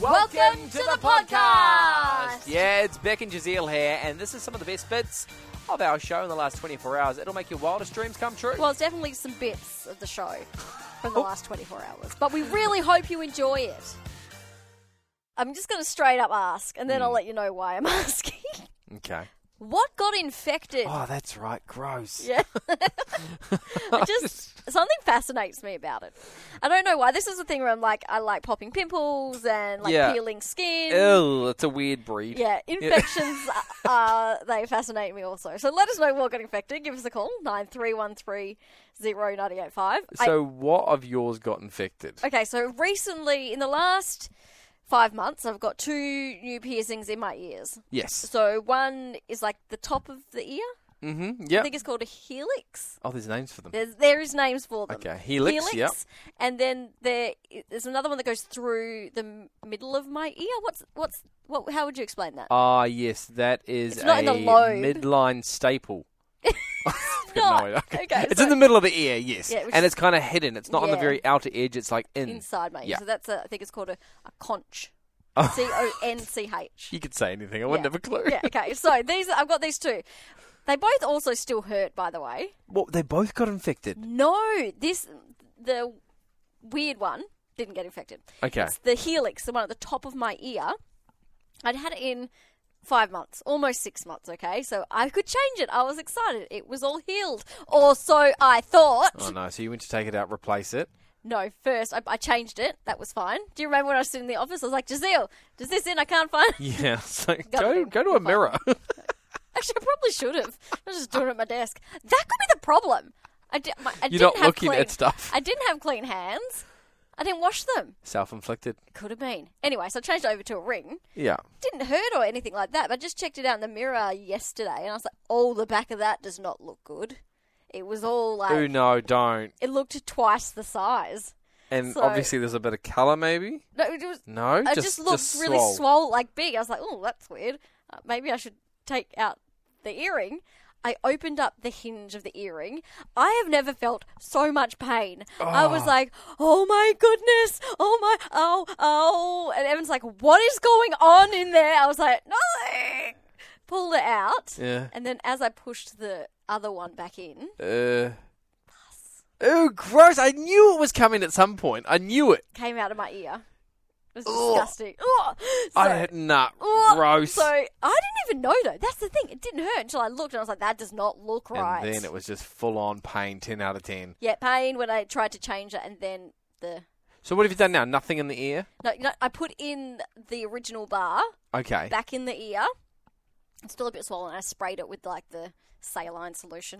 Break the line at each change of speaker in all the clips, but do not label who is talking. Welcome to the podcast.
Yeah, it's Beck and Giselle here, and this is some of the best bits of our show in the last 24 hours. It'll make your wildest dreams come true.
Well, it's definitely some bits of the show from the
Oh.
last 24 hours, but we really hope you enjoy it. I'm just going to straight up ask, and
Hmm.
then I'll let you know why I'm asking.
okay.
What got infected?
Oh, that's right. Gross.
Yeah. I just something fascinates me about it. I don't know why. This is the thing where I'm like, I like popping pimples and like
Yeah.
peeling skin.
Ew, it's a weird breed.
Yeah, infections uh, they fascinate me also. So let us know what got infected. Give us a call nine three one three zero ninety eight five.
So, what of yours got infected?
Okay, so recently in the last five months, I've got two new piercings in my ears.
Yes.
So one is like the top of the ear.
Mm-hmm.
I
Yeah.
think it's called a helix.
Oh, there's names for them.
There's there is names for them.
Okay, helix, yep.
And then there there's another one that goes through the m- middle of my ear. What's what's what? How would you explain that?
Ah, yes, that is
It's not
a
in the lobe.
midline staple.
not.
No, okay.
Okay,
it's
so-
in the middle of the ear, yes,
Yeah, which
and
is-
it's kind of hidden. It's not on the
Yeah.
very outer edge. It's like in.
inside my ear.
Um, Yeah.
So that's a, I think it's called a, a conch.
Oh.
C O N C H.
You could say anything. I wouldn't have a clue.
Yeah. Okay. So these I've got these two. They both also still hurt, by the way.
Well, they both got infected.
No, this the weird one didn't get infected.
Okay.
It's the helix, the one at the top of my ear. I'd had it in five months, almost six months. Okay, so I could change it. I was excited. It was all healed, or so I thought.
Oh no! So you went to take it out, replace it.
No, first I, I changed it. That was fine. Do you remember when I was sitting in the office? I was like, Giselle, does this in? I can't find.
Yeah. It's like
Got
go
it.
go to a mirror.
Actually, I probably should have. I was just doing it at my desk. That could be the problem. I, di- my, I
You're
didn't
not
have
looking
clean,
at stuff.
I didn't have clean hands. I didn't wash them.
Self-inflicted.
Could have been. Anyway, so I changed it over to a ring.
Yeah.
Didn't hurt or anything like that, but I just checked it out in the mirror yesterday and I was like, oh, the back of that does not look good. It was all like,
Oh no! Don't.
it looked twice the size.
And
So-
obviously, there's a bit of color, maybe.
No, it was,
No.
it just, looked really
swole.
swole. like big. I was like, oh, that's weird. Uh, maybe I should take out the earring. I opened up the hinge of the earring. I have never felt so much pain. I
Ah.
was like, oh my goodness, oh my, oh, oh. And Evan's like, what is going on in there? I was like, nothing. Pulled it out.
Yeah.
And then as I pushed the other one back in,
Uh. Oh, gross! I knew it was coming at some point. I knew it.
came out of my ear. It was
Ugh.
disgusting. Ugh.
I
So-
had nah,
Ugh.
gross.
So I didn't even know though. That's the thing. It didn't hurt until I looked and I was like, that does not look right.
And then it was just full on pain, ten out of ten.
yeah, pain when I tried to change it and then the
So what have you done now? Nothing in the ear.
no, no I put in the original bar
Okay.
back in the ear. It's still a bit swollen. I sprayed it with like the saline solution.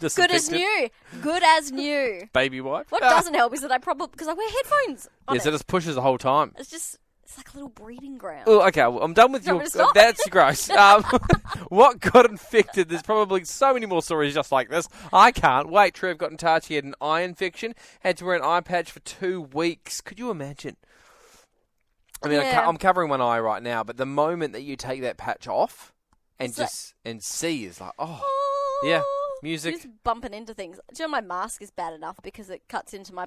Good as
Disinfectant.
new. Good as new.
Baby wipe.
What
Ah.
doesn't help is that I probably because I wear headphones on
Yeah,
it.
so it just pushes the whole time.
It's just it's like a little breeding ground.
Oh, okay. Well, I'm done with
Do you
your.
want me to stop?
That's gross. Um, what got infected? There's probably so many more stories just like this. I can't wait. Trev got in touch. He had an eye infection. Had to wear an eye patch for two weeks. Could you imagine? I mean, I
Yeah.
ca- I'm covering one eye right now, but the moment that you take that patch off and
It's like-
just and see is like, oh,
Oh.
Yeah, music.
Just bumping into things. Do you know my mask is bad enough because it cuts into my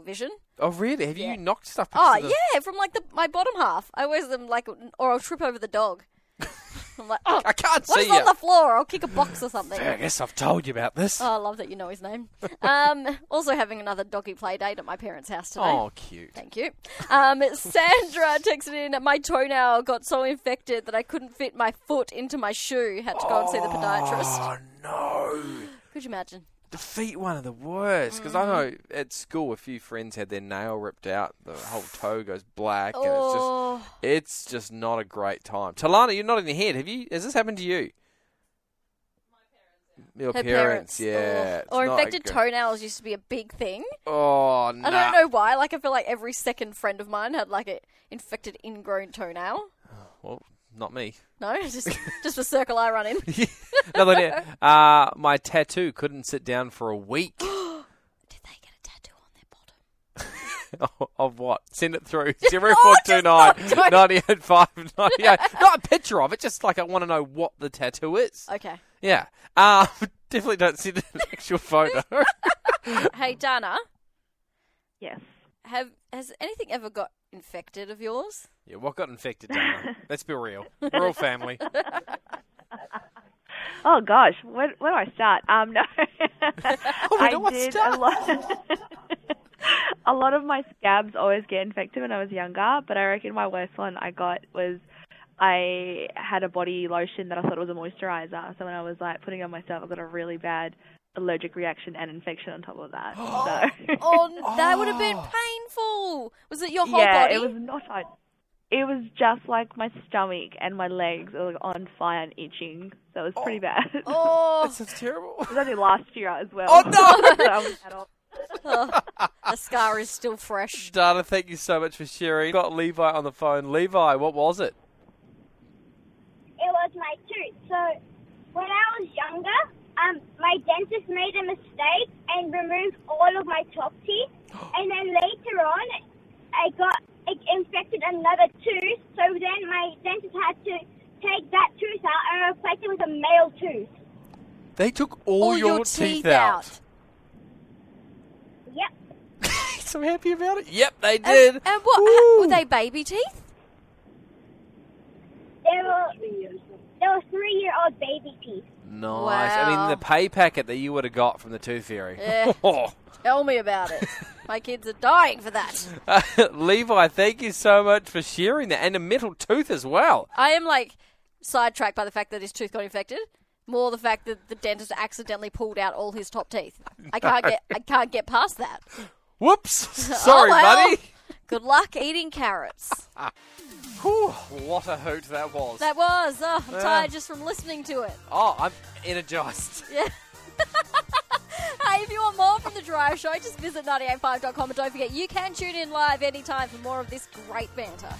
vision?
oh, really? Have
Yeah.
you knocked stuff?
Oh
because of the-
yeah, from like the my bottom half. I always am like, or I'll trip over the dog. I'm like, oh,
I can't
what
see
is on
you.
the floor? I'll kick a box or something.
I guess I've told you about this.
Oh, I love that you know his name. Um, also having another doggy play date at my parents' house today.
oh, cute.
Thank you. Um, Sandra texted in, my toenail got so infected that I couldn't fit my foot into my shoe. Had to go and see the
Oh
podiatrist.
no.
Could you imagine?
The feet one of the worst because
Mm.
I know at school a few friends had their nail ripped out, the whole toe goes black,
Oh.
and it's just it's just not a great time. Talana, you're not in the head. Have you? Has this happened to you? Your
Her
parents,
parents,
yeah,
ugh.
it's
Or
not a
infected
good-
toenails used to be a big thing.
Oh no!
I don't know why. Like I feel like every second friend of mine had like a infected ingrown toenail.
Well, not me.
No, It's just just the circle I run in. Did
Another day, uh, my tattoo couldn't sit down for a week.
they get a tattoo on their bottom?
of what? Send it through. 0429 985 98. Not a picture of it, just like I want to know what the tattoo is.
Okay.
Yeah. Um, definitely don't send an actual photo.
Hey Dana,
Yes.
have has anything ever got infected of yours?
Yeah, what got infected, Dana? Let's be real. We're all family.
Oh gosh, where, where do I start? Um, no,
where
I
do I
did
start?
a lot. a lot of my scabs always get infected when I was younger, but I reckon my worst one I got was I had a body lotion that I thought was a moisturizer. So when I was like putting it on myself, I got a really bad allergic reaction and infection on top of that. so
Oh, n- that would have been painful. Was it your whole
yeah,
body?
it was not. I, it was just like my stomach and my legs were like on fire and itching. So it was pretty bad.
That
oh,
sounds terrible.
It was only last year as well.
Oh, no!
So I was at all-
the scar is still fresh.
Dana, thank you so much for sharing. Got Levi on the phone. Levi, what was it?
It was my tooth. So when I was younger, um, my dentist made a mistake and removed all of my top teeth. And then later on, I got it infected another tooth. So then my dentist had to take that tooth out and replace it with a male tooth.
They took all,
All
your,
your teeth out.
Yep.
so happy about it. Yep, they did.
And, and what
Woo.
ha- were they? Baby teeth?
There were there were three year old baby teeth.
Nice. I mean,
Wow.
the pay packet that you would have got from the Tooth Fairy. Oh.
Yeah. Tell me about it. My kids are dying for that.
Uh, Levi, thank you so much for sharing that, and a metal tooth as well.
I am like sidetracked by the fact that his tooth got infected. More the fact that the dentist accidentally pulled out all his top teeth. I can't get I can't get past that.
Whoops. Sorry,
Oh, well.
buddy.
Good luck eating carrots.
Whew, what a hoot that was.
That was. Oh, I'm tired just from listening to it.
oh, I'm energized.
Hey, if you want more from The Drive Show, just visit 985.com and don't forget you can tune in live anytime for more of this great banter.